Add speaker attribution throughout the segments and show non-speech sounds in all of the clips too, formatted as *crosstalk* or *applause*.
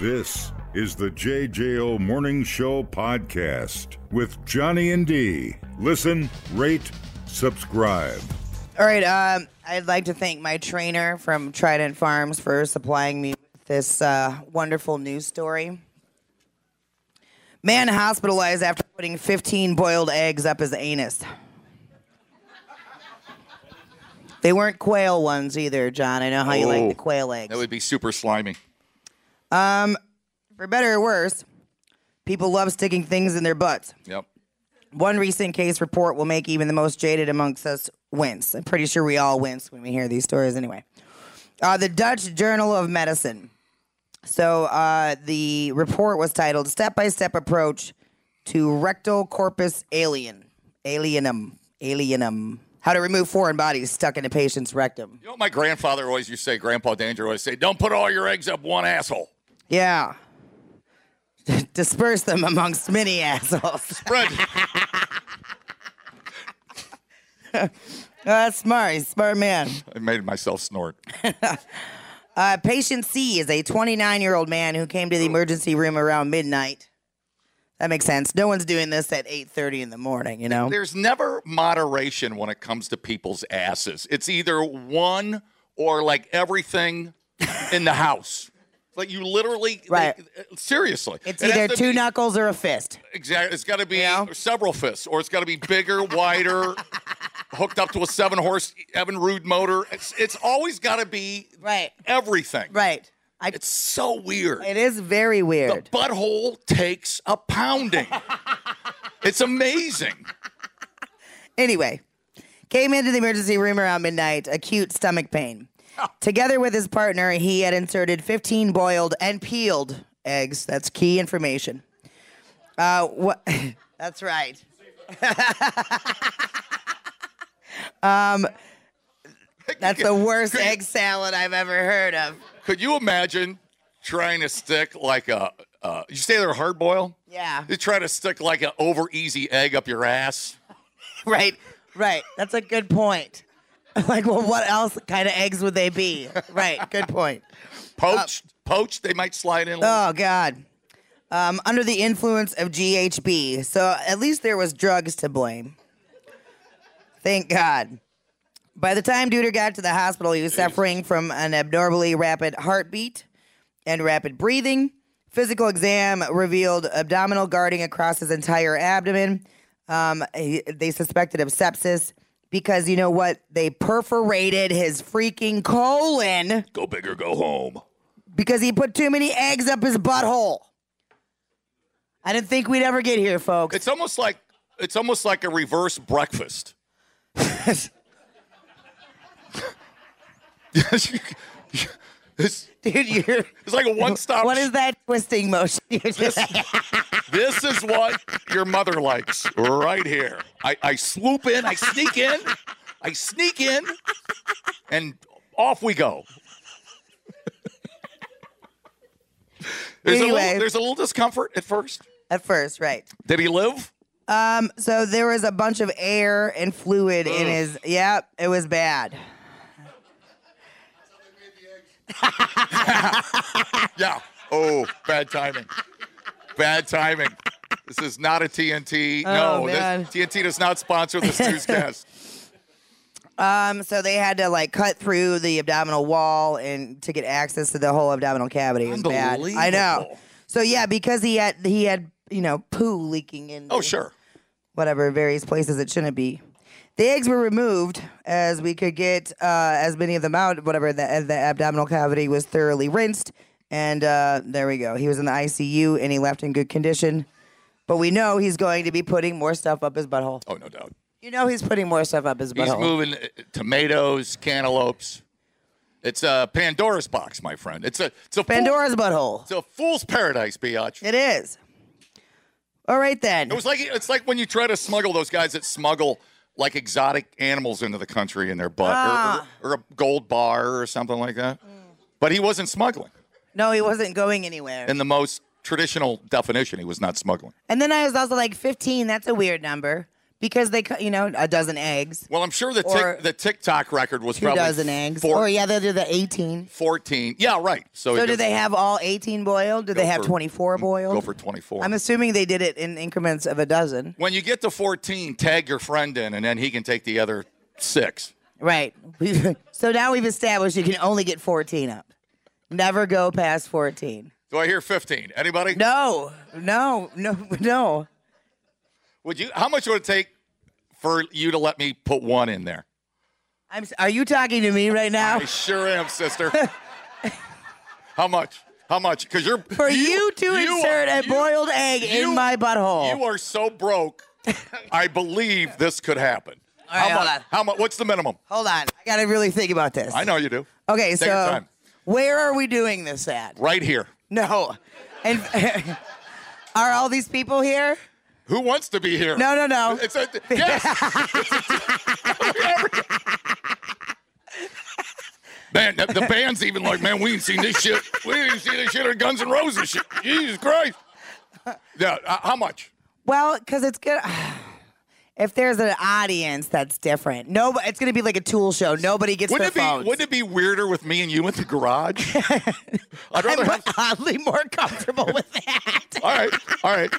Speaker 1: This is the JJO Morning Show podcast with Johnny and D. Listen, rate, subscribe.
Speaker 2: All right. Um, I'd like to thank my trainer from Trident Farms for supplying me with this uh, wonderful news story. Man hospitalized after putting 15 boiled eggs up his anus. They weren't quail ones either, John. I know how you like
Speaker 3: Oh.
Speaker 2: the quail eggs.
Speaker 3: That would be super slimy.
Speaker 2: for better or worse, people love sticking things in their butts.
Speaker 3: Yep.
Speaker 2: One recent case report will make even the most jaded amongst us wince. I'm pretty sure we all wince when we hear these stories anyway. Uh, the Dutch Journal of Medicine. So uh, the report was titled Step by Step Approach to Rectal Corpus Alien. Alienum. Alienum. How to remove foreign bodies stuck in a patient's rectum.
Speaker 3: You know what my grandfather always used to say, Grandpa Danger always say, don't put all your eggs up one asshole.
Speaker 2: Yeah. *laughs* Disperse them amongst many *laughs* assholes.
Speaker 3: Fred,
Speaker 2: That's smart. He's a smart man.
Speaker 3: I made myself snort.
Speaker 2: Uh, patient C is a 29 year old man who came to
Speaker 3: Oh.
Speaker 2: the emergency room around midnight. That makes sense. No one's doing this at 8:30 in the morning, you know.
Speaker 3: There's never moderation when it comes to people's asses. It's either one or like everything in the house. Like you literally,
Speaker 2: Right.
Speaker 3: like, uh, seriously.
Speaker 2: It's
Speaker 3: It has
Speaker 2: either
Speaker 3: to
Speaker 2: two
Speaker 3: be-
Speaker 2: knuckles or a fist.
Speaker 3: Exactly. It's got to be
Speaker 2: Yeah.
Speaker 3: several fists, or it's got to be bigger, wider, hooked up to a seven horse Evan Rude motor. It's, it's always got to be
Speaker 2: Right.
Speaker 3: everything.
Speaker 2: Right. I,
Speaker 3: It's so weird.
Speaker 2: it is very
Speaker 3: The
Speaker 2: weird.
Speaker 3: butthole takes a
Speaker 2: *laughs*
Speaker 3: pounding. it's amazing.
Speaker 2: Anyway, came into the emergency room around midnight, acute stomach pain. Together with his partner, he had inserted 15 boiled and peeled eggs. That's key information. Uh, what? *laughs* That's right. *laughs* um, that's the worst egg salad I've ever heard of.
Speaker 3: Could you imagine trying to stick like a? Uh, you say they're hard boil?
Speaker 2: Yeah.
Speaker 3: You try to stick like an over easy egg up your ass.
Speaker 2: Right. Right. That's a good point. *laughs* Like, well, what else kind of eggs would they be? Right. Good point. Uh,
Speaker 3: Poached, poached. They might slide in. a little.
Speaker 2: Oh God. Um, under the influence of GHB, so at least there was drugs to blame. Thank God. By the time Duder got to the hospital, he was suffering from an abnormally rapid heartbeat and rapid breathing. Physical exam revealed abdominal guarding across his entire abdomen. Um, he- they suspected of sepsis because you know what? They perforated his freaking colon
Speaker 3: go big or go home.
Speaker 2: because he put too many eggs up his butthole. I didn't think we'd ever get here,
Speaker 3: *laughs*
Speaker 2: folks.
Speaker 3: It's almost like it's almost like a
Speaker 2: *laughs*
Speaker 3: reverse breakfast. *laughs* it's, it's
Speaker 2: Dude, you're.
Speaker 3: like a one
Speaker 2: *laughs*
Speaker 3: stop.
Speaker 2: What is that twisting motion? You're just,
Speaker 3: This is what your mother likes right here. I, I swoop in, I sneak in, I sneak in, and off we go. There's, a
Speaker 2: Anyway.
Speaker 3: little, there's a little discomfort at first.
Speaker 2: at first, right.
Speaker 3: Did he live?
Speaker 2: Um, so there was a bunch of air and fluid in his. Yep, it was bad.
Speaker 3: Yeah. Oh, bad timing. Bad timing. This is not a TNT.
Speaker 2: Oh,
Speaker 3: no,
Speaker 2: man.
Speaker 3: this, TNT does not
Speaker 2: *laughs*
Speaker 3: sponsor this newscast.
Speaker 2: Um, so they had to like cut through the abdominal wall and to get access to the whole abdominal cavity. It was bad. I know.
Speaker 3: Unbelievable.
Speaker 2: So yeah, because he had he had you know poo leaking in.
Speaker 3: Oh,
Speaker 2: the-
Speaker 3: sure.
Speaker 2: whatever various places it shouldn't be. The eggs were removed as we could get uh, as many of them out. Whatever the, uh, the abdominal cavity was thoroughly rinsed, and uh, there we go. He was in the ICU and he left in good condition. But we know he's going to be putting more stuff up his butthole.
Speaker 3: Oh, no doubt.
Speaker 2: You know he's putting more stuff up his butthole.
Speaker 3: He's moving uh, tomatoes, cantaloupes. It's a Pandora's box, my friend. It's a it's a fool-
Speaker 2: Pandora's butthole.
Speaker 3: it's a fool's paradise, biatch.
Speaker 2: It is. All right then.
Speaker 3: It was like it's like when you try to smuggle those guys that smuggle like exotic animals into the country in their butt or-
Speaker 2: Ah. Mm.
Speaker 3: or, or a gold bar or something like that. But he wasn't smuggling.
Speaker 2: no, he wasn't going anywhere.
Speaker 3: In the most traditional definition, he was not smuggling.
Speaker 2: And then I was also like 15. That's a weird number. because they, cut, you know, a dozen eggs,
Speaker 3: Well, I'm sure the
Speaker 2: Or-
Speaker 3: tic, the TikTok record was
Speaker 2: two
Speaker 3: probably
Speaker 2: dozen eggs.
Speaker 3: four-
Speaker 2: Or yeah, they'll do the 18.
Speaker 3: 14. Yeah, right. So,
Speaker 2: So do
Speaker 3: it does-
Speaker 2: they have all 18 boiled? Do
Speaker 3: Go
Speaker 2: they have
Speaker 3: for-
Speaker 2: 24 boiled?
Speaker 3: go for 24?
Speaker 2: I'm assuming they did it in increments of a dozen.
Speaker 3: when you get to 14, tag your friend in, and then he can take the other six.
Speaker 2: Right. *laughs* We've, so now we've established you can only get 14 up. Never go past 14.
Speaker 3: Do I hear 15? Anybody?
Speaker 2: No, no, no, *laughs* no.
Speaker 3: Would you? How much would it take for you to let me put one in there?
Speaker 2: I'm, s- are you talking to me right now?
Speaker 3: I sure am, sister.
Speaker 2: *laughs*
Speaker 3: how much? How much? Because you're
Speaker 2: For you, to
Speaker 3: you
Speaker 2: insert
Speaker 3: are-
Speaker 2: a
Speaker 3: you-
Speaker 2: boiled egg
Speaker 3: you-
Speaker 2: in my butthole.
Speaker 3: You are so broke. I believe this could happen.
Speaker 2: All right,
Speaker 3: how
Speaker 2: hold
Speaker 3: much?
Speaker 2: on.
Speaker 3: How much? What's the minimum?
Speaker 2: Hold on. I got to really think about this.
Speaker 3: I know you do.
Speaker 2: Okay,
Speaker 3: Take
Speaker 2: so
Speaker 3: your time.
Speaker 2: where are we doing this at?
Speaker 3: Right here.
Speaker 2: No. And *laughs* are all these people here?
Speaker 3: Who wants to be here?
Speaker 2: No, no, no.
Speaker 3: It's a
Speaker 2: *laughs*
Speaker 3: yes. man, the, the band's even like, man, we ain't seen this shit. We ain't seen this shit or Guns N' Roses shit. Jesus Christ. Yeah, uh, how much?
Speaker 2: Well, because it's good. *sighs* If there's an audience, that's different. No, it's going to be like a tool show. Nobody gets
Speaker 3: Wouldn't it be
Speaker 2: their phones.
Speaker 3: Wouldn't it be weirder with me and you at
Speaker 2: *laughs*
Speaker 3: the garage? I'd rather
Speaker 2: I'm
Speaker 3: have.
Speaker 2: *laughs* oddly more comfortable with that. *laughs*
Speaker 3: All right, all right.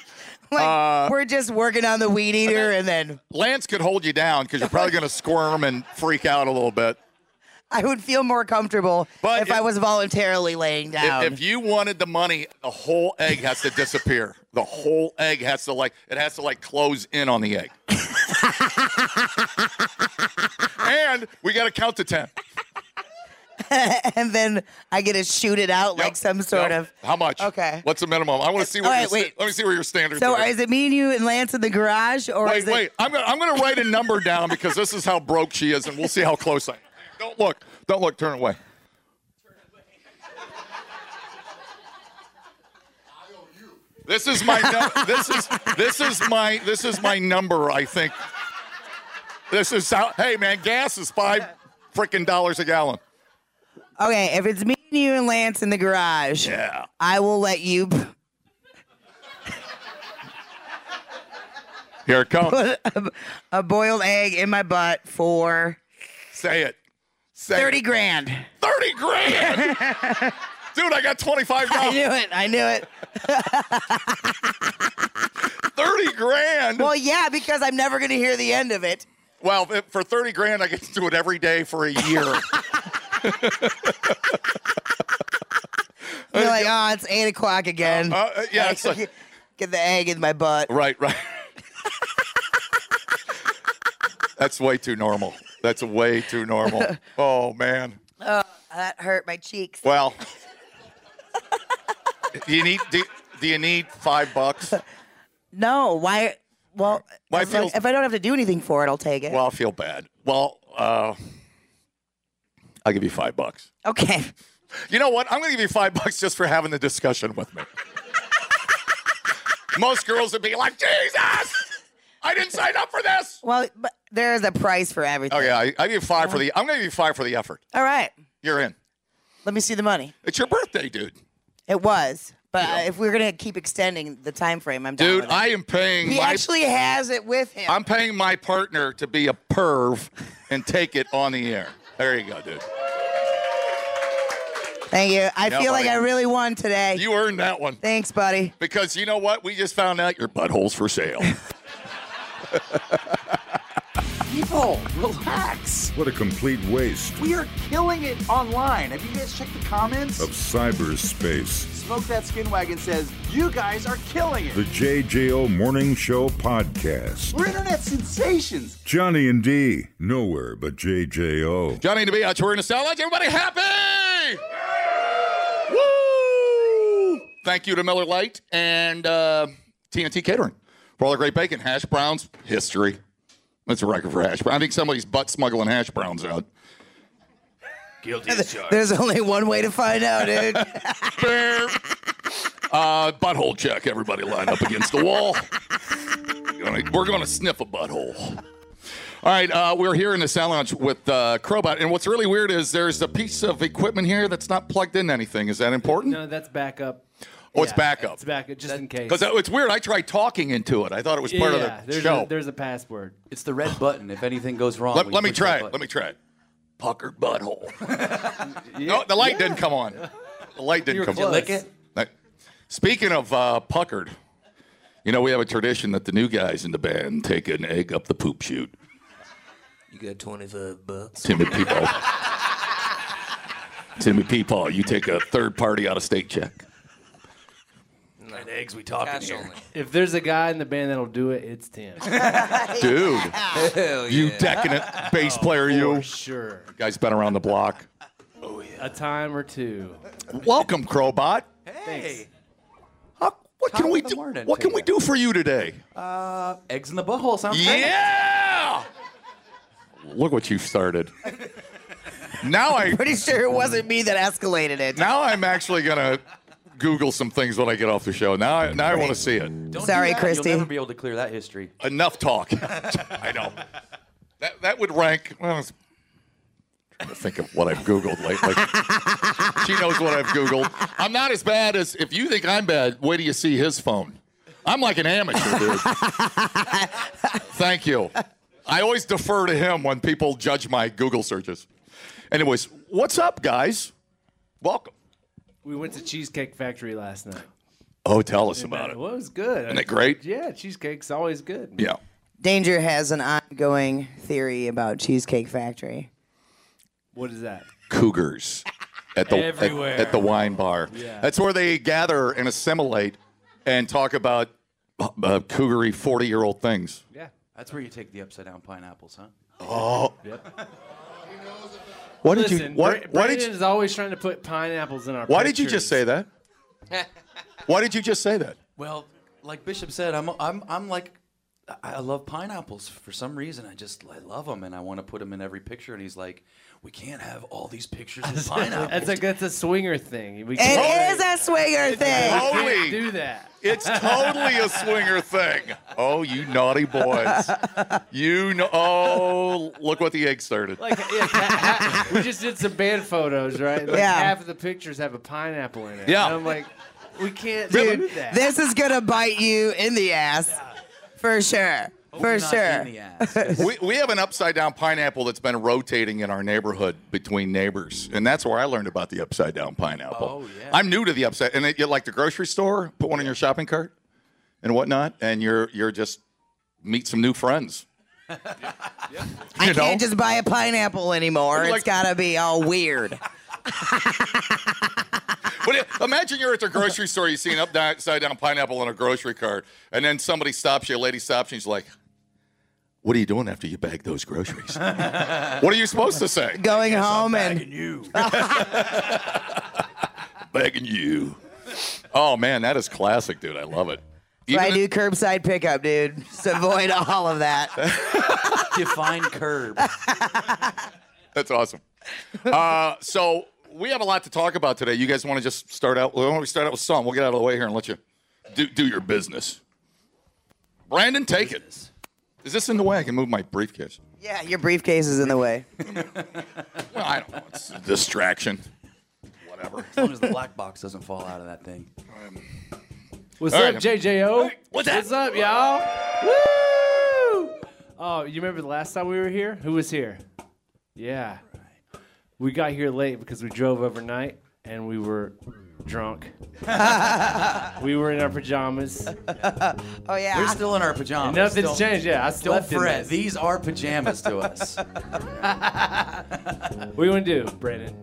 Speaker 2: like,
Speaker 3: Uh,
Speaker 2: we're just working on the weed eater, and then
Speaker 3: Lance could hold you down because you're probably going to squirm and freak out a little bit.
Speaker 2: I would feel more comfortable
Speaker 3: But
Speaker 2: if I
Speaker 3: if-
Speaker 2: was voluntarily laying
Speaker 3: If,
Speaker 2: down.
Speaker 3: if you wanted the money, the whole egg has to disappear. The whole egg has to like it has to like close in
Speaker 2: *laughs*
Speaker 3: on the egg. and we got to count to ten.
Speaker 2: and then I get to shoot it out like
Speaker 3: Yep,
Speaker 2: some sort
Speaker 3: yep.
Speaker 2: of.
Speaker 3: How much?
Speaker 2: Okay. Uh,
Speaker 3: What's the minimum? I want to see what.
Speaker 2: all right,
Speaker 3: your sta-
Speaker 2: wait.
Speaker 3: let me see where your standards.
Speaker 2: So
Speaker 3: are.
Speaker 2: is it me and you and Lance in the garage, or
Speaker 3: wait,
Speaker 2: is it?
Speaker 3: wait. I'm gonna I'm gonna write a number down because this is how broke she is, and we'll see how close I. am. Don't look. Don't look. Turn away. This is my num- this is this is my this is my number. I think. This is how. Hey man, gas is five freaking dollars a gallon.
Speaker 2: Okay, if it's me and you and Lance in the garage,
Speaker 3: Yeah.
Speaker 2: I will let you.
Speaker 3: Here it comes.
Speaker 2: put a, a boiled egg in my butt for
Speaker 3: Say it. Say it.
Speaker 2: 30 grand.
Speaker 3: 30 grand. Dude, I got twenty five
Speaker 2: I *laughs*
Speaker 3: dollars.
Speaker 2: knew it. I knew it.
Speaker 3: Thirty grand.
Speaker 2: Well, yeah, because I'm never going to hear the end of it.
Speaker 3: Well, if- for 30 grand, I get to do it every day for a year. Uh,
Speaker 2: You're like, oh, it's 8 o'clock again.
Speaker 3: Uh, uh, yeah, it's like-
Speaker 2: *laughs* Get the egg in my butt.
Speaker 3: right, right. *laughs* That's way too normal. That's way too normal. Oh, man.
Speaker 2: That hurt my cheeks.
Speaker 3: Well, do you need, do, do you need five bucks?
Speaker 2: No, why? Well,
Speaker 3: Why
Speaker 2: as long-
Speaker 3: feels-
Speaker 2: if I don't have to do anything for it, I'll take it.
Speaker 3: Well, I feel bad. Well, uh, I'll give you five bucks.
Speaker 2: okay.
Speaker 3: You know what? I'm going to give you five bucks just for having the discussion with me. Most girls would be like, Jesus, I didn't sign up for this.
Speaker 2: Well, but there is a price for everything.
Speaker 3: Oh yeah, I, I give you five for the. I'm gonna give you five for the effort.
Speaker 2: All right.
Speaker 3: You're in.
Speaker 2: Let me see the money.
Speaker 3: It's your birthday, dude.
Speaker 2: It was. But uh, if we're going to keep extending the time frame, I'm down
Speaker 3: Dude,
Speaker 2: with it.
Speaker 3: I am paying.
Speaker 2: He
Speaker 3: my,
Speaker 2: actually has it with him.
Speaker 3: I'm paying my partner to be a perv and take it on the air. There you go, dude.
Speaker 2: Thank you. I
Speaker 3: Yeah,
Speaker 2: feel like I
Speaker 3: buddy.
Speaker 2: really won today.
Speaker 3: You earned that one
Speaker 2: Thanks, buddy.
Speaker 3: because you know what? We just found out your butthole's for sale.
Speaker 4: People, relax.
Speaker 1: What a complete waste
Speaker 4: We are killing it online. Have you guys checked the comments?
Speaker 1: of cyberspace.
Speaker 4: Smoke That Skin Wagon says, You guys are killing
Speaker 1: The
Speaker 4: it.
Speaker 1: JJO Morning Show Podcast.
Speaker 4: We're internet sensations.
Speaker 1: Johnny and D, nowhere but JJO.
Speaker 3: Johnny to be out. We're in a cell lounge. Everybody happy? Woo! Thank you to Miller Lite and uh, TNT Catering for all the great bacon, hash browns, history. That's a record for hash browns. I think somebody's butt smuggling hash browns out. *laughs*
Speaker 2: There's only one way to find
Speaker 5: *laughs*
Speaker 2: out, dude.
Speaker 3: Uh, butthole check. Everybody line up against the wall. Gonna- We're going to sniff a butthole. All right, uh, we're here in the sound lounge with uh, Crowbot, and what's really weird is there's a piece of equipment here that's not plugged in anything. Is that important?
Speaker 6: No, that's back up.
Speaker 3: What's Oh, backup?
Speaker 6: It's back just in case.
Speaker 3: Because uh, it's weird. I tried talking into it. I thought it was part
Speaker 6: yeah,
Speaker 3: of the
Speaker 6: there's
Speaker 3: show.
Speaker 6: A, there's a password.
Speaker 5: It's the red button. If anything goes wrong,
Speaker 3: let,
Speaker 5: when you
Speaker 3: let me
Speaker 5: push that
Speaker 3: try it.
Speaker 5: button.
Speaker 3: Let me try it. Puckered butthole. *laughs*
Speaker 6: *laughs*
Speaker 3: no, the light didn't come on. The light didn't
Speaker 6: You were
Speaker 3: come
Speaker 6: close.
Speaker 3: on.
Speaker 5: Lick it.
Speaker 3: Like, Speaking of uh, puckered, you know we have a tradition that the new guys in the band take an egg up the poop chute.
Speaker 5: You got 25 bucks.
Speaker 3: Timmy
Speaker 6: *laughs*
Speaker 3: Peepaw. Timmy Peepaw, you take a third party out of state check.
Speaker 5: What eggs we talking
Speaker 7: Cash
Speaker 5: here?
Speaker 7: only.
Speaker 6: If there's a guy in the band that'll do it,
Speaker 3: *laughs*
Speaker 6: it's Tim.
Speaker 3: Dude,
Speaker 5: Hell
Speaker 3: you
Speaker 5: yeah.
Speaker 3: decadent
Speaker 6: Oh,
Speaker 3: bass player, you.
Speaker 6: For sure.
Speaker 3: Guy's been around the block.
Speaker 6: A time or two.
Speaker 3: Welcome, Crowbot.
Speaker 5: Hey.
Speaker 3: How- what
Speaker 5: Top
Speaker 3: can we
Speaker 5: of the
Speaker 3: do?
Speaker 5: morning
Speaker 3: What
Speaker 5: to
Speaker 3: can
Speaker 5: you.
Speaker 3: we do for you today?
Speaker 5: Eggs in the butthole sounds perfect.
Speaker 3: Yeah! Look what you've started.
Speaker 5: *laughs*
Speaker 3: now I
Speaker 2: Pretty sure it wasn't me that escalated it.
Speaker 3: now I'm actually gonna Google some things when I get off the show. Now I now I want to see it.
Speaker 5: Don't do
Speaker 2: Sorry,
Speaker 5: that.
Speaker 2: Christy.
Speaker 5: You'll never be able to clear that history.
Speaker 3: Enough talk. *laughs* I know. That that would rank. Well, it's, trying to think of what I've Googled lately. *laughs* she knows what I've Googled. I'm not as bad as if you think I'm bad. Wait till you see his phone. I'm like an amateur, dude. Thank you. I always defer to him when people judge my Google searches. Anyways, what's up, guys? Welcome.
Speaker 6: We went to Cheesecake Factory last night.
Speaker 3: Oh, tell us about it.
Speaker 6: Well, it was good.
Speaker 3: Isn't it great?
Speaker 6: Yeah, cheesecake's always good.
Speaker 3: Yeah.
Speaker 2: Danger has an ongoing theory about Cheesecake Factory.
Speaker 6: What is that?
Speaker 3: cougars at the at,
Speaker 6: Everywhere.
Speaker 3: at the wine bar. That's where they gather and assimilate and talk about uh, cougary forty year old things.
Speaker 6: Yeah.
Speaker 5: That's where you take the upside down pineapples, huh?
Speaker 3: What did
Speaker 6: Listen,
Speaker 3: you what,
Speaker 6: Bra-
Speaker 3: why
Speaker 6: Brandon
Speaker 3: did you,
Speaker 6: is always trying to put pineapples in our
Speaker 3: why did you just say
Speaker 6: pictures.
Speaker 3: that?
Speaker 6: *laughs*
Speaker 3: why did you just say that?
Speaker 5: Well, like Bishop said, I'm I'm I'm like I- I love pineapples for some reason. I just I love them and I want to put them in every picture. And he's like, we can't have all these pictures of
Speaker 6: That's
Speaker 5: pineapples. *laughs*
Speaker 6: like that's a swinger thing. We
Speaker 2: It
Speaker 6: can't-
Speaker 2: is a swinger thing.
Speaker 6: we can't
Speaker 3: Holy-
Speaker 6: do that.
Speaker 3: It's totally a swinger thing. Oh, you naughty boys! You know. Oh, look what the egg started.
Speaker 6: Like, yeah, ha- ha- we just did some band photos, right? Like
Speaker 2: Yeah.
Speaker 6: Half of the pictures have a pineapple in it.
Speaker 3: Yeah.
Speaker 6: And I'm like, we can't do
Speaker 2: Dude,
Speaker 6: that.
Speaker 2: this is gonna bite you in the ass. For sure. For
Speaker 5: Not
Speaker 2: sure.
Speaker 5: In the ass. 'cause
Speaker 3: We, we have an upside down pineapple that's been rotating in our neighborhood between neighbors, and that's where I learned about the upside down pineapple.
Speaker 5: Oh, yeah.
Speaker 3: I'm new to the upside, and it, you like the grocery store, put one in your shopping cart, and whatnot, and you're you're just meet some
Speaker 5: *laughs*
Speaker 3: new friends.
Speaker 2: I
Speaker 3: You know?
Speaker 2: can't just buy a pineapple anymore.
Speaker 3: Like-
Speaker 2: It's gotta be all
Speaker 5: *laughs*
Speaker 2: weird.
Speaker 3: But it- imagine you're at the grocery store, you see an upside down pineapple in a grocery cart, and then somebody stops you, a lady stops you, and she's like. What are you doing after you bag
Speaker 5: *laughs*
Speaker 3: those groceries? what are you supposed to say?
Speaker 2: Going home and
Speaker 5: Bagging you.
Speaker 3: Begging you. Oh man, that is classic, dude. I love it.
Speaker 2: but I
Speaker 3: Even-
Speaker 2: do curbside pickup, dude. Just avoid all
Speaker 5: *laughs*
Speaker 2: of that.
Speaker 5: Define curb.
Speaker 3: That's awesome. Uh, so we have a lot to talk about today. You guys want to just start out? Why don't we start out with some? We'll get out of the way here and let you do, do your business. Brandon, take it. Is this in the way? I can move my briefcase.
Speaker 2: Yeah, your briefcase is in the way.
Speaker 3: Well, I don't know. It's a distraction. Whatever.
Speaker 5: As long as the black box doesn't fall out of that thing.
Speaker 6: What's
Speaker 3: All
Speaker 6: up,
Speaker 3: right.
Speaker 6: JJO?
Speaker 3: What's that?
Speaker 6: What's up, y'all? Woo! Oh, you remember the last time we were here? Who was here? Yeah. We got here late because we drove overnight and we were
Speaker 2: *laughs*
Speaker 6: drunk. we were in our pajamas.
Speaker 2: Oh
Speaker 5: We're
Speaker 2: yeah.
Speaker 5: still in our pajamas.
Speaker 6: Nothing's
Speaker 5: Don't-
Speaker 6: changed. Yeah, I
Speaker 5: Don't
Speaker 6: slept in
Speaker 5: fret.
Speaker 6: this.
Speaker 5: These are pajamas to *laughs* us.
Speaker 6: What do you want to do, Brandon?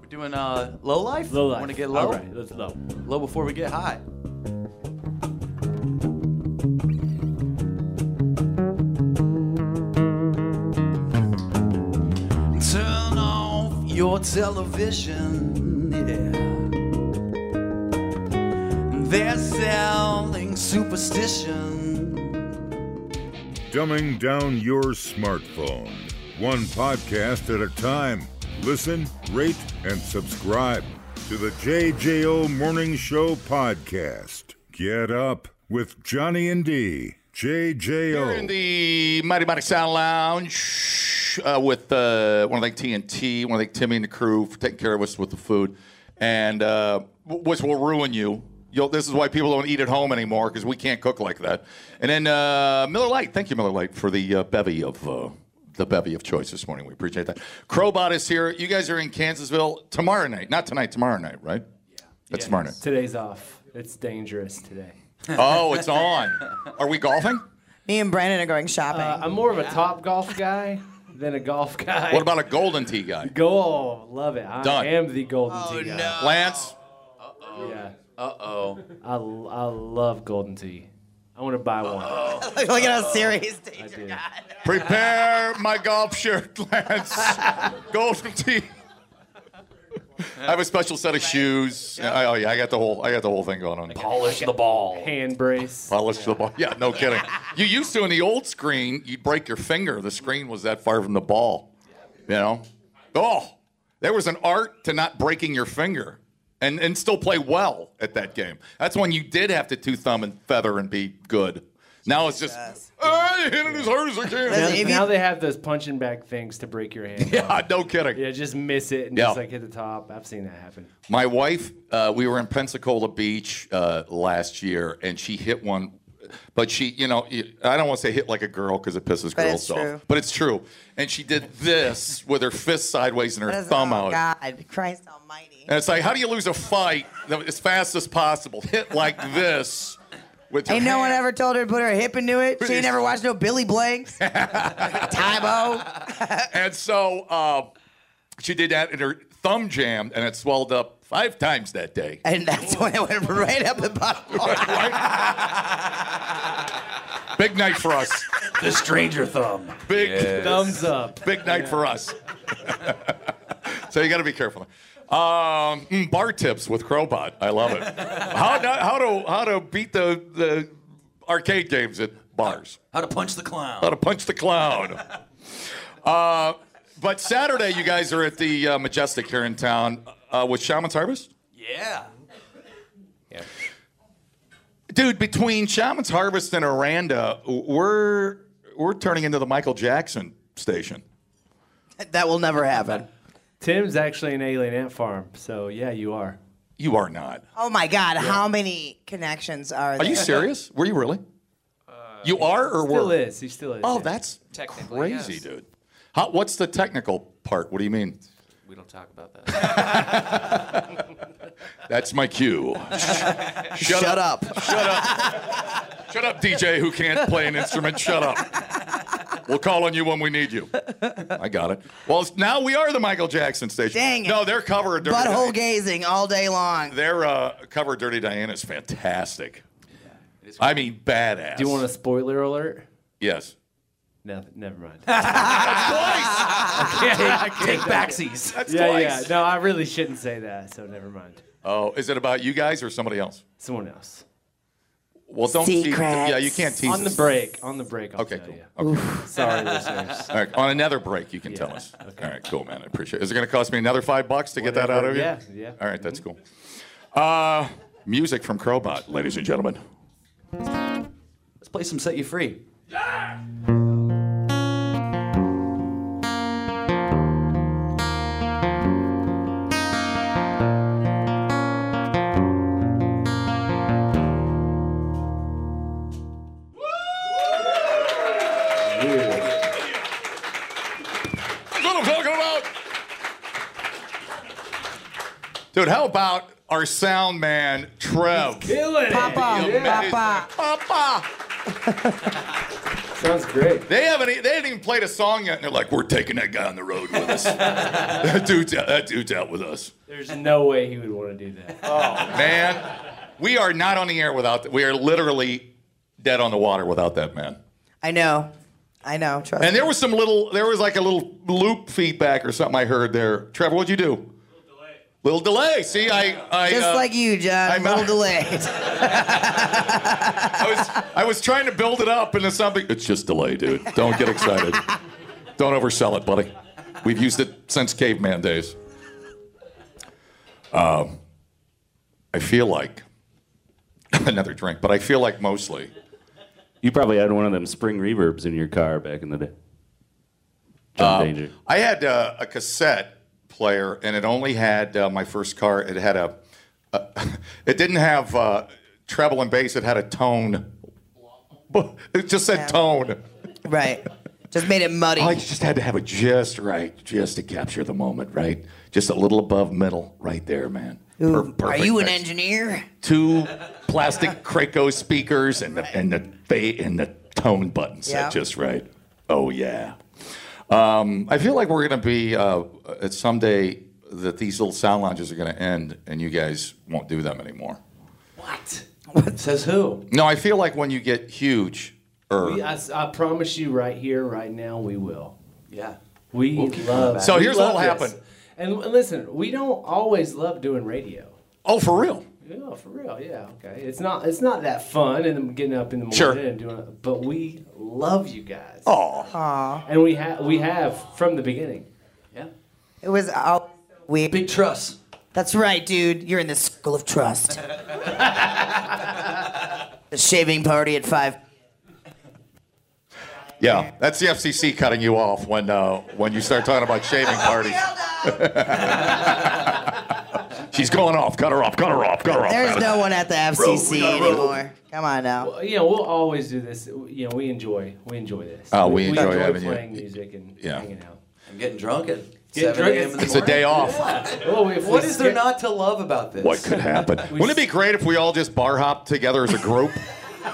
Speaker 5: We're doing uh, low life.
Speaker 6: Low life.
Speaker 5: Want to get low?
Speaker 6: All right, let's low.
Speaker 5: Low before we get high. Turn off your television. Yeah. They're selling superstition.
Speaker 1: Dumbing down your smartphone. One podcast at a time. Listen, rate, and subscribe to the JJO Morning Show podcast. Get up with Johnny and D.
Speaker 3: Here in
Speaker 1: JJO.
Speaker 3: the Mighty Mighty Sound Lounge uh, with uh, want to thank TNT, want to thank Timmy and the crew for taking care of us with the food, and uh, w- which will ruin you. You'll, this is why people don't eat at home anymore because we can't cook like that. And then uh, Miller Lite, thank you Miller Lite for the uh, bevy of uh, the bevy of choice this morning. We appreciate that. Crowbot is here. You guys are in Kansasville tomorrow night, not tonight. Tomorrow night, right? Yeah. That's tomorrow night.
Speaker 6: Today's off. It's dangerous today.
Speaker 3: Oh, it's on. Are we golfing?
Speaker 2: Me and Brandon are going shopping.
Speaker 6: Uh, I'm more of a top golf guy than a golf
Speaker 3: *laughs*
Speaker 6: guy.
Speaker 3: What about a golden tee guy?
Speaker 6: Goal, love it. I
Speaker 3: Done.
Speaker 6: am the golden tee guy.
Speaker 3: Lance,
Speaker 6: Yeah,
Speaker 5: Uh oh.
Speaker 6: I, I love golden tea. I want to buy one.
Speaker 2: *laughs* Look at how serious Danger
Speaker 6: did.
Speaker 2: got.
Speaker 3: prepare my golf shirt, Lance. golden tee. I have a special set of shoes. I, oh yeah, I got the whole I got the whole thing going on.
Speaker 5: Polish the ball.
Speaker 6: Hand brace.
Speaker 3: Polish the ball. Yeah, no kidding. You used to in the old screen, you'd break your finger. The screen was that far from the ball. You know? Oh, there was an art to not breaking your finger and, and still play well at that game. That's when you did have to two thumb and feather and be good. Now it's just, I hit it as hard as I
Speaker 6: Now,
Speaker 3: can.
Speaker 2: If you-
Speaker 6: now they have those punching bag things to break your hand.
Speaker 3: Yeah, no kidding.
Speaker 6: Yeah, just miss it and
Speaker 3: Yeah.
Speaker 6: just like hit the top. I've seen that happen.
Speaker 3: My wife, uh, we were in Pensacola Beach uh, last year, and she hit one. But she, you know, I don't want to say hit like a girl because it pisses
Speaker 2: But
Speaker 3: girls
Speaker 2: it's
Speaker 3: off.
Speaker 2: true.
Speaker 3: But it's true. And she did this with her fist sideways and her thumb
Speaker 2: oh,
Speaker 3: out.
Speaker 2: God, Christ
Speaker 3: *laughs*
Speaker 2: Almighty.
Speaker 3: And it's like, how do you lose a fight as fast as possible? Hit like this with your
Speaker 2: Ain't no one
Speaker 3: hand.
Speaker 2: ever told her to put her hip into it. She ain't never watched no Billy
Speaker 3: *laughs*
Speaker 2: Blanks. Tybo.
Speaker 3: And so uh, she did that, and her thumb jammed, and it swelled up five times that day.
Speaker 2: And that's *laughs* when it went right up the bottom.
Speaker 3: *laughs* Big night for us.
Speaker 5: The stranger thumb.
Speaker 3: Big.
Speaker 6: Thumbs up.
Speaker 3: Big night for us. *laughs* so you got to be careful. Um, mm, bar tips with Crowbot. I love it. How to, how to how to beat the the arcade games at bars.
Speaker 5: How to punch the clown.
Speaker 3: How to punch the clown. Uh, but Saturday, you guys are at the uh, Majestic here in town uh, with Shaman's Harvest.
Speaker 5: Yeah.
Speaker 3: Dude, between Shaman's Harvest and Aranda, we're we're turning into the Michael Jackson station.
Speaker 2: That will never happen.
Speaker 6: Tim's actually an alien ant farm, so yeah, you are.
Speaker 3: You are not.
Speaker 2: Oh my God, how many connections are
Speaker 3: Are
Speaker 2: there?
Speaker 3: you serious? Were you really?
Speaker 5: Uh,
Speaker 3: you are or
Speaker 6: Still
Speaker 3: were?
Speaker 6: is. He still is.
Speaker 3: Oh,
Speaker 6: yeah.
Speaker 3: that's
Speaker 5: Technically,
Speaker 3: crazy,
Speaker 5: yes.
Speaker 3: dude. How, what's the technical part? What do you mean?
Speaker 5: We don't talk about that.
Speaker 3: That's
Speaker 5: *laughs*
Speaker 3: my cue. Shut,
Speaker 2: Shut up.
Speaker 3: Shut up, DJ, who can't play an instrument. Shut up. We'll call on you when we need you. I got it. Well, it's- now we are the Michael Jackson station.
Speaker 2: Dang it.
Speaker 3: No, their cover of Dirty
Speaker 2: Butthole
Speaker 3: Di-
Speaker 2: gazing all day long.
Speaker 3: Their uh, cover of Dirty Diana is fantastic. I mean, badass.
Speaker 6: Do you want a spoiler alert?
Speaker 3: Yes.
Speaker 6: No, never
Speaker 5: *laughs*
Speaker 6: mind.
Speaker 3: Twice.
Speaker 5: Take backsies.
Speaker 6: yeah, yeah. No, I really shouldn't say that, so never mind.
Speaker 3: Oh, is it about you guys or somebody else?
Speaker 6: Someone else.
Speaker 3: Well, don't tease.
Speaker 2: Secrets.
Speaker 3: Yeah, you can't tease.
Speaker 6: On the
Speaker 3: us.
Speaker 6: break. On the break, I'll
Speaker 3: Okay,
Speaker 6: tell
Speaker 3: cool.
Speaker 6: you.
Speaker 3: Okay.
Speaker 6: *laughs* Sorry, listeners.
Speaker 3: All right, on another break, you can tell
Speaker 6: *laughs*
Speaker 3: us. All right, cool, man. I appreciate it. Is it going to cost me another five bucks to get that out
Speaker 6: Whatever.
Speaker 3: of you?
Speaker 6: Yeah, yeah.
Speaker 3: All right, that's cool. Uh, music from Crowbot, ladies and gentlemen.
Speaker 5: Let's play some Set You Free.
Speaker 3: That's what I'm talking about. Dude, how about our sound man, Trev?
Speaker 6: Killing
Speaker 2: Papa,
Speaker 3: Amazing.
Speaker 2: Papa.
Speaker 3: Papa.
Speaker 6: Sounds great.
Speaker 3: They haven't. e- They hadn't even played a song yet, and they're like, "We're taking that guy on the road with us. *laughs* that dude's out, that dude's out with us."
Speaker 6: There's no way he would want to do
Speaker 5: *laughs*
Speaker 6: that.
Speaker 5: Uh,
Speaker 3: Man, we are not on the air without that. We are literally dead on the water without that man.
Speaker 2: I know. I know. Trust
Speaker 3: And
Speaker 2: me.
Speaker 3: there was some little, there was like a little loop feedback or something I heard there. Trevor, what'd you do? Little delay. See, I, I,
Speaker 2: Just
Speaker 3: uh,
Speaker 2: like you, John.
Speaker 3: I'm
Speaker 2: a little
Speaker 3: not-
Speaker 2: delayed.
Speaker 3: I was, I was trying to build it up into something. It's just delay, dude. Don't get excited. Don't oversell it, buddy. We've used it since caveman days. Um, I feel like *laughs* another drink, but I feel like mostly.
Speaker 7: You probably had one of them spring reverbs in your car back in the day. John Danger.
Speaker 3: I uh, had uh, a *laughs* cassette player, and it only had uh, my first car. It had a, a It didn't have uh, treble and bass. It had a tone. *laughs* It just said tone.
Speaker 2: *laughs* Right. Just made it muddy.
Speaker 3: I just had to have it just right, just to capture the moment, right? Just a little above middle, right there, man.
Speaker 2: Ooh,
Speaker 3: Per-
Speaker 2: Are
Speaker 3: perfect
Speaker 2: you an
Speaker 3: mix.
Speaker 2: engineer?
Speaker 3: Two plastic Krako speakers and the and the fa- and the tone button set
Speaker 2: Yeah.
Speaker 3: just right. Oh yeah. Um, I feel like we're gonna be uh, at someday that these little sound lounges are gonna end, and you guys won't do them anymore.
Speaker 5: What? Says who?
Speaker 3: No, I feel like when you get huge, er.
Speaker 6: We- uh, I, s- I promise you, right here, right now, we will.
Speaker 5: Yeah.
Speaker 6: We
Speaker 5: We'll keep coming
Speaker 6: love.
Speaker 5: back.
Speaker 3: So
Speaker 6: we
Speaker 3: here's what'll
Speaker 6: love
Speaker 3: happen.
Speaker 6: this. And l- listen, we don't always love doing radio.
Speaker 3: oh, for real.
Speaker 6: Yeah, for real. Yeah, okay. It's not it's not that fun and getting up in the morning
Speaker 3: Sure.
Speaker 6: and doing it, but we love you guys.
Speaker 3: Oh,
Speaker 6: And we have we have from the beginning.
Speaker 5: Yeah.
Speaker 2: It was all we.
Speaker 5: Big trust.
Speaker 2: That's right, dude. You're in the circle of trust. the shaving party at five.
Speaker 3: yeah. That's the FCC cutting you off when uh, when you start talking about shaving parties. She's going off. Cut her off. Cut her off. Cut her off.
Speaker 2: There's no one at the FCC
Speaker 3: gotta roll.
Speaker 2: anymore. Come on now.
Speaker 6: Well, Uh, You know, we'll always do this. You know, we enjoy we enjoy this.
Speaker 3: Oh, we enjoy
Speaker 6: enjoy
Speaker 3: having you.
Speaker 6: playing music and
Speaker 3: Yeah.
Speaker 6: hanging out.
Speaker 5: I'm getting drunk at
Speaker 6: Getting
Speaker 5: 7
Speaker 6: drunk
Speaker 5: a.m. in
Speaker 6: at-
Speaker 5: the
Speaker 3: It's a day off.
Speaker 6: Well, if we
Speaker 5: What is there
Speaker 6: skip-
Speaker 5: not to love about this?
Speaker 3: What could happen? Wouldn't it be great if we all just bar hopped together as a
Speaker 2: *laughs*
Speaker 3: group?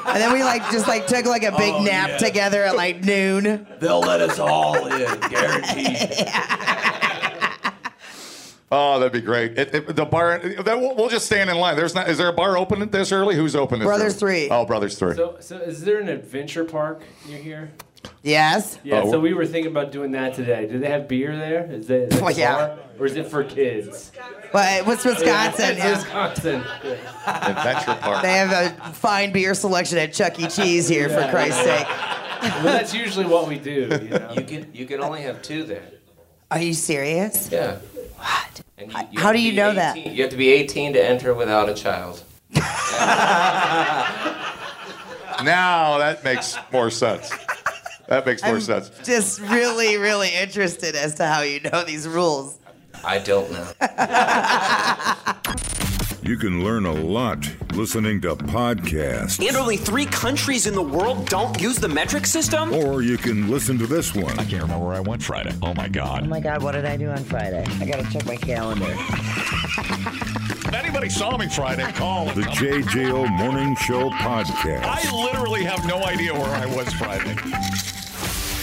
Speaker 2: And then we like just like took like a big
Speaker 5: Oh,
Speaker 2: nap
Speaker 5: yeah.
Speaker 2: together at like noon.
Speaker 5: They'll let us all in, guaranteed.
Speaker 3: Oh, that'd be great. It, it- the bar. That, we'll, we'll just stand in line. There's not. Is there a bar open this early? Who's open? This
Speaker 2: Brothers
Speaker 3: early?
Speaker 2: Three.
Speaker 3: Oh, brothers three.
Speaker 6: So, so is there an adventure park near here?
Speaker 2: Yes.
Speaker 6: Yeah,
Speaker 3: Oh.
Speaker 6: so we were thinking about doing that today. Do they have beer there? Is that
Speaker 3: *laughs*
Speaker 6: is that
Speaker 2: Well, yeah.
Speaker 6: bar? or is it for kids?
Speaker 2: Well, it was Wisconsin.
Speaker 6: It's
Speaker 2: yeah.
Speaker 6: *laughs* Wisconsin.
Speaker 3: Adventure park.
Speaker 2: They have a fine beer selection at Chuck E. Cheese here, for Christ's sake.
Speaker 6: Well, that's usually what we do. You know?
Speaker 8: You can you can only have two there.
Speaker 2: Are you serious?
Speaker 8: Yeah.
Speaker 2: What?
Speaker 8: And
Speaker 2: How
Speaker 8: have
Speaker 2: do
Speaker 8: to
Speaker 2: you
Speaker 8: be
Speaker 2: know that?
Speaker 8: 18 You have to be 18 to enter without a child.
Speaker 3: Now that makes more sense. That makes more sense.
Speaker 2: Just really, really interested as to how you know these rules.
Speaker 8: I don't know.
Speaker 1: You can learn a lot listening to podcasts,
Speaker 9: And only three countries in the world don't use the metric system?
Speaker 1: or you can listen to this one.
Speaker 10: Can't remember where I went Friday. Oh my God.
Speaker 2: my God, what did I do on Friday? I gotta check my calendar.
Speaker 10: If anybody saw me Friday, call.
Speaker 1: The JJO Morning Show Podcast.
Speaker 10: I literally have no idea where I was Friday.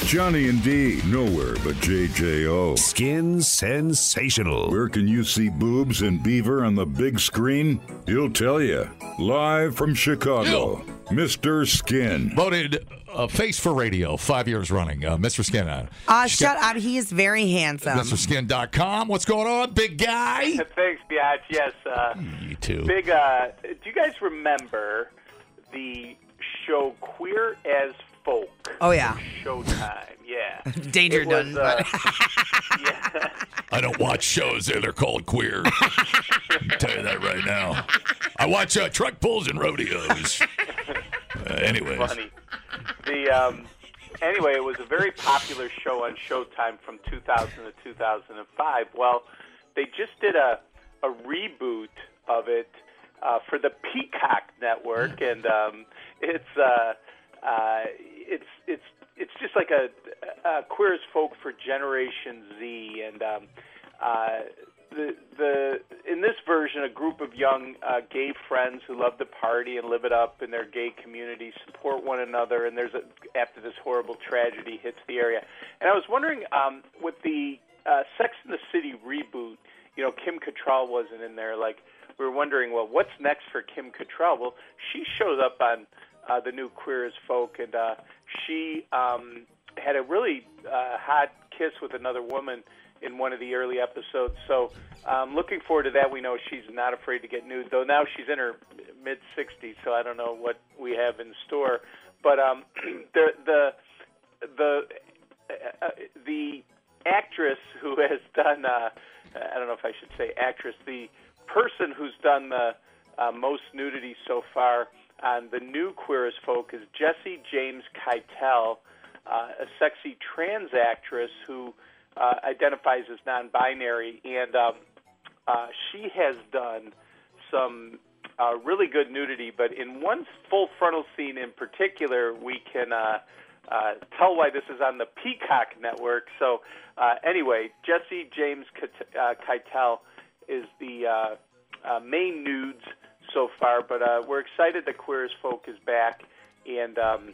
Speaker 1: Johnny and D, nowhere but JJO.
Speaker 10: Skin sensational.
Speaker 1: Where can you see boobs and beaver on the big screen? He'll tell you. Live from Chicago, Mr. Skin.
Speaker 10: Voted uh, face for radio five years running. Uh, Mr. Skin on it.
Speaker 2: Uh, shut up. He is very handsome.
Speaker 10: MrSkin.com. What's going on, big guy?
Speaker 11: Uh, Thanks, Biatch. Yes, uh,
Speaker 10: You too.
Speaker 11: big. Uh, do you guys remember the show Queer as Folk?
Speaker 2: Oh, yeah.
Speaker 11: Showtime. Yeah.
Speaker 2: *laughs* Danger
Speaker 11: It was,
Speaker 2: done.
Speaker 11: uh, yeah.
Speaker 10: I don't watch shows that are called queer. I'll tell you that right now. I watch uh, truck pulls and rodeos. Uh, anyways,
Speaker 11: funny. The um, anyway, it was a very popular show on Showtime from 2000 to 2005. Well, they just did a a reboot of it uh, for the Peacock network, and um, it's uh, uh, it's it's it's just like a, a queer as folk for Generation Z, and um, uh, the the in this version, a group of young uh, gay friends who love to party and live it up in their gay community support one another. And there's a, after this horrible tragedy hits the area, and I was wondering um, with the uh, Sex in the City reboot, you know, Kim Cattrall wasn't in there. Like we were wondering, well, what's next for Kim Cattrall? Well, she shows up on uh, the new Queer as Folk, and uh, she um, had a really uh, hot kiss with another woman in one of the early episodes. So um, looking forward to that. We know she's not afraid to get nude, though now she's in her mid 60s, so I don't know what we have in store. But um, *clears throat* the the the uh, the actress who has done uh, I don't know if I should say actress the person who's done the uh, most nudity so far on the new Queer as Folk is Jesse James Keitel, uh, a sexy trans actress who uh, identifies as non-binary, and um, uh, she has done some uh, really good nudity, but in one full frontal scene in particular, we can uh, uh, tell why this is on the Peacock Network. So, uh, anyway, Jesse James Kit- uh, Keitel is the uh, uh, main nudes so far, but uh, we're excited that Queer as Folk is back, and um,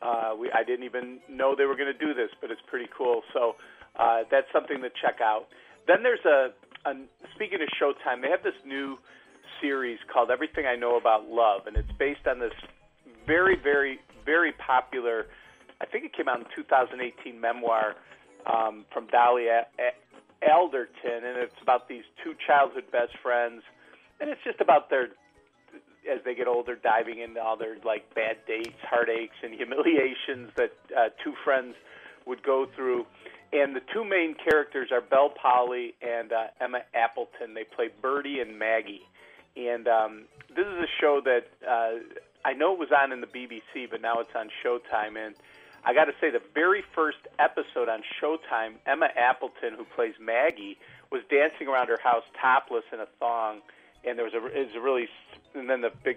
Speaker 11: uh, we, I didn't even know they were going to do this, but it's pretty cool. So, uh, that's something to check out. Then there's a, a speaking of Showtime, they have this new series called Everything I Know About Love, and it's based on this very, very, very popular. I think it came out in 2018 memoir um, from Dahlia A- Alderton, and it's about these two childhood best friends, and it's just about their as they get older, diving into all their like bad dates, heartaches, and *laughs* humiliations that uh, two friends would go through. And the two main characters are Belle Polly and uh, Emma Appleton. They play Birdie and Maggie. And um, this is a show that uh, I know it was on in the BBC, but now it's on Showtime. And I got to say, the very first episode on Showtime, Emma Appleton, who plays Maggie, was dancing around her house topless in a thong. And there was a, it's a really, and then the big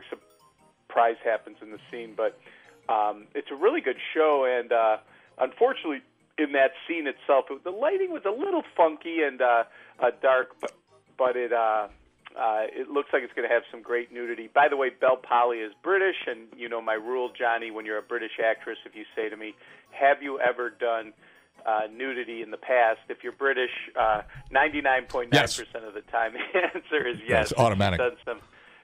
Speaker 11: surprise happens in the scene. But um, it's a really good show. And uh, unfortunately, in that scene itself, it, the lighting was a little funky and uh, uh, dark, but, but it. Uh, uh, it looks like it's going to have some great nudity. By the way, Belle Polly is British, and you know my rule, Johnny, when you're a British actress, if you say to me, Have you ever done uh, nudity in the past? If you're British, uh, 99.9% of the time *laughs* the answer is yes.
Speaker 3: That's automatic.
Speaker 11: She's Done some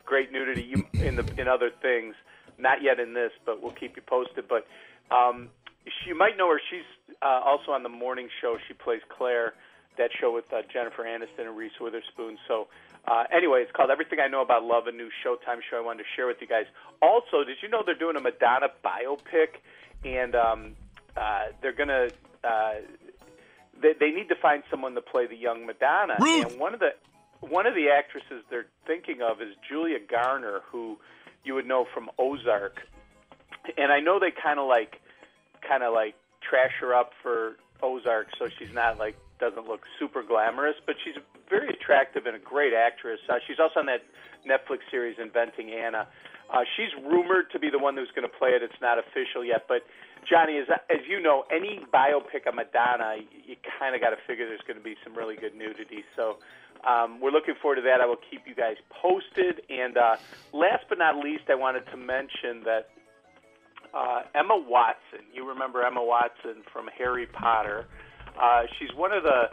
Speaker 11: great nudity you, in, the, in other things. Not yet in this, but we'll keep you posted. But um, she, you might know her. She's uh, also on the morning show. She plays Claire, that show with uh, Jennifer Aniston and Reese Witherspoon. So uh, anyway, it's called Everything I Know About Love, a new Showtime show I wanted to share with you guys. Also, did you know they're doing a Madonna biopic, and um, uh, they're gonna uh, they, they need to find someone to play the young Madonna. And one of the one of the actresses they're thinking of is Julia Garner, who you would know from Ozark. And I know they kind of like kind of like trash her up for Ozark, so she's not like doesn't look super glamorous, but she's very attractive and a great actress. Uh, she's also on that Netflix series Inventing Anna. Uh, she's rumored to be the one who's going to play it. It's not official yet, but Johnny, as as you know, any biopic of Madonna, you, you kind of got to figure there's going to be some really good nudity. So um, we're looking forward to that. I will keep you guys posted. And uh, last but not least, I wanted to mention that uh, Emma Watson. You remember Emma Watson from Harry Potter. Uh, she's one of the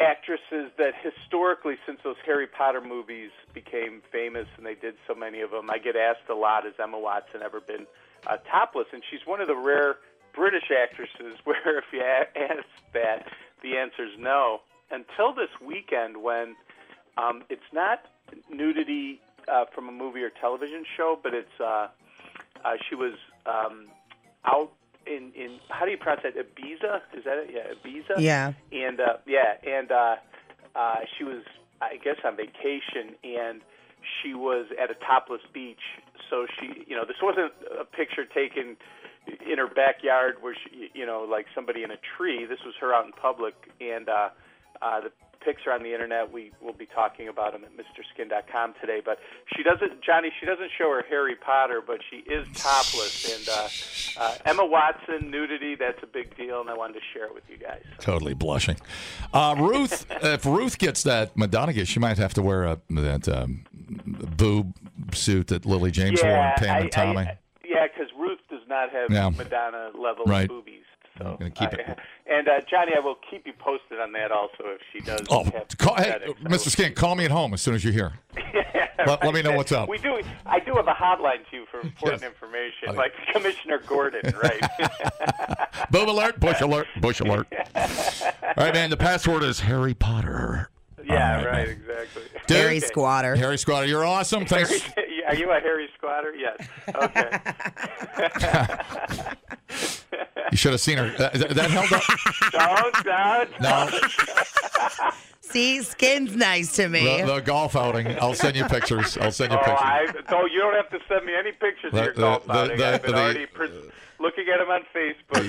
Speaker 11: actresses that historically, since those Harry Potter movies became famous and they did so many of them, I get asked a lot, has Emma Watson ever been uh, topless? And she's one of the rare British actresses *laughs* where if you a- ask that, the answer is no. Until this weekend when um, it's not nudity uh, from a movie or television show, but it's uh, uh, she was um, out in, in how do you pronounce that? Ibiza? Is that it? Yeah, Ibiza.
Speaker 2: Yeah.
Speaker 11: And uh, yeah, and uh, uh, she was, I guess, on vacation, and she was at a topless beach. So she, you know, this wasn't a picture taken in her backyard where she, you know, like somebody in a tree. This was her out in public, and uh, uh, the pics are on the internet. We will be talking about them at MrSkin.com today. But she doesn't, Johnny. She doesn't show her Harry Potter, but she is topless. And uh, uh, Emma Watson nudity. That's a big deal, and I wanted to share it with you guys.
Speaker 3: Totally blushing. Uh, Ruth,
Speaker 11: *laughs*
Speaker 3: if Ruth gets that Madonna gift, she might have to wear a that um, boob suit that Lily James wore in Pam and
Speaker 11: I- I-
Speaker 3: Tommy.
Speaker 11: yeah, because Ruth does not have
Speaker 3: Yeah.
Speaker 11: Madonna level
Speaker 3: Right.
Speaker 11: boobies.
Speaker 3: I'm gonna keep it.
Speaker 11: I- *laughs* and uh, Johnny, I will keep you posted on that also if she does.
Speaker 3: Oh,
Speaker 11: have
Speaker 3: call, hey,
Speaker 11: prosthetics.
Speaker 3: Mr. Skin,
Speaker 11: *laughs*
Speaker 3: call me at home as soon as you hear.
Speaker 11: Yeah,
Speaker 3: Let- let me know what's up.
Speaker 11: We do. I do have a hotline to you
Speaker 3: *laughs*
Speaker 11: for important
Speaker 3: Oh,
Speaker 11: information, like Commissioner Gordon, right?
Speaker 3: Boob alert, bush alert, bush alert. All right, man. The password is Harry Potter.
Speaker 11: *laughs* yeah,
Speaker 3: All
Speaker 11: right,
Speaker 3: man.
Speaker 11: exactly.
Speaker 3: Dude.
Speaker 11: *laughs*
Speaker 2: Harry Squatter.
Speaker 3: Harry Squatter, you're awesome. Thanks.
Speaker 11: Harry- Are you a hairy squatter? Yes.
Speaker 3: *laughs*
Speaker 11: Okay. *laughs*
Speaker 3: You should have seen her. That, that- that held up.
Speaker 11: don't, don't.
Speaker 3: No.
Speaker 2: See, skin's nice to me.
Speaker 3: The, the golf outing. I'll send you pictures. I'll send you
Speaker 11: oh,
Speaker 3: pictures.
Speaker 11: I, no, you don't have to send me any pictures
Speaker 3: The-
Speaker 11: of your
Speaker 3: the-
Speaker 11: golf
Speaker 3: the-
Speaker 11: outing.
Speaker 3: the-
Speaker 11: I've been
Speaker 3: the-
Speaker 11: already pres- looking at him on Facebook.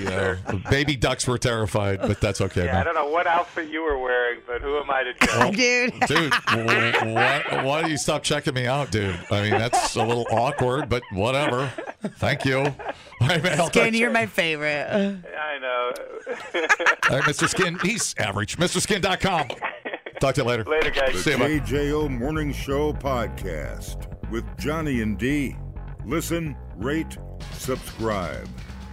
Speaker 3: *laughs* Yeah. Baby ducks were terrified, but that's okay.
Speaker 11: Yeah, I don't know what outfit you were wearing, but who am I
Speaker 2: *laughs*
Speaker 11: to judge?
Speaker 2: dude.
Speaker 3: Dude, wh- why, why do you stop checking me out, dude? I mean, that's a little awkward, but whatever. Thank you. *laughs* All right, man, I'll
Speaker 2: Skin,
Speaker 3: talk to-
Speaker 2: you're my favorite.
Speaker 11: I know.
Speaker 3: All right, Mr. Skin, he's average. MrSkin.com. Talk to you later.
Speaker 11: Later, guys.
Speaker 3: See you, bye.
Speaker 1: The JJO Morning Show podcast with Johnny and D. Listen, rate, subscribe.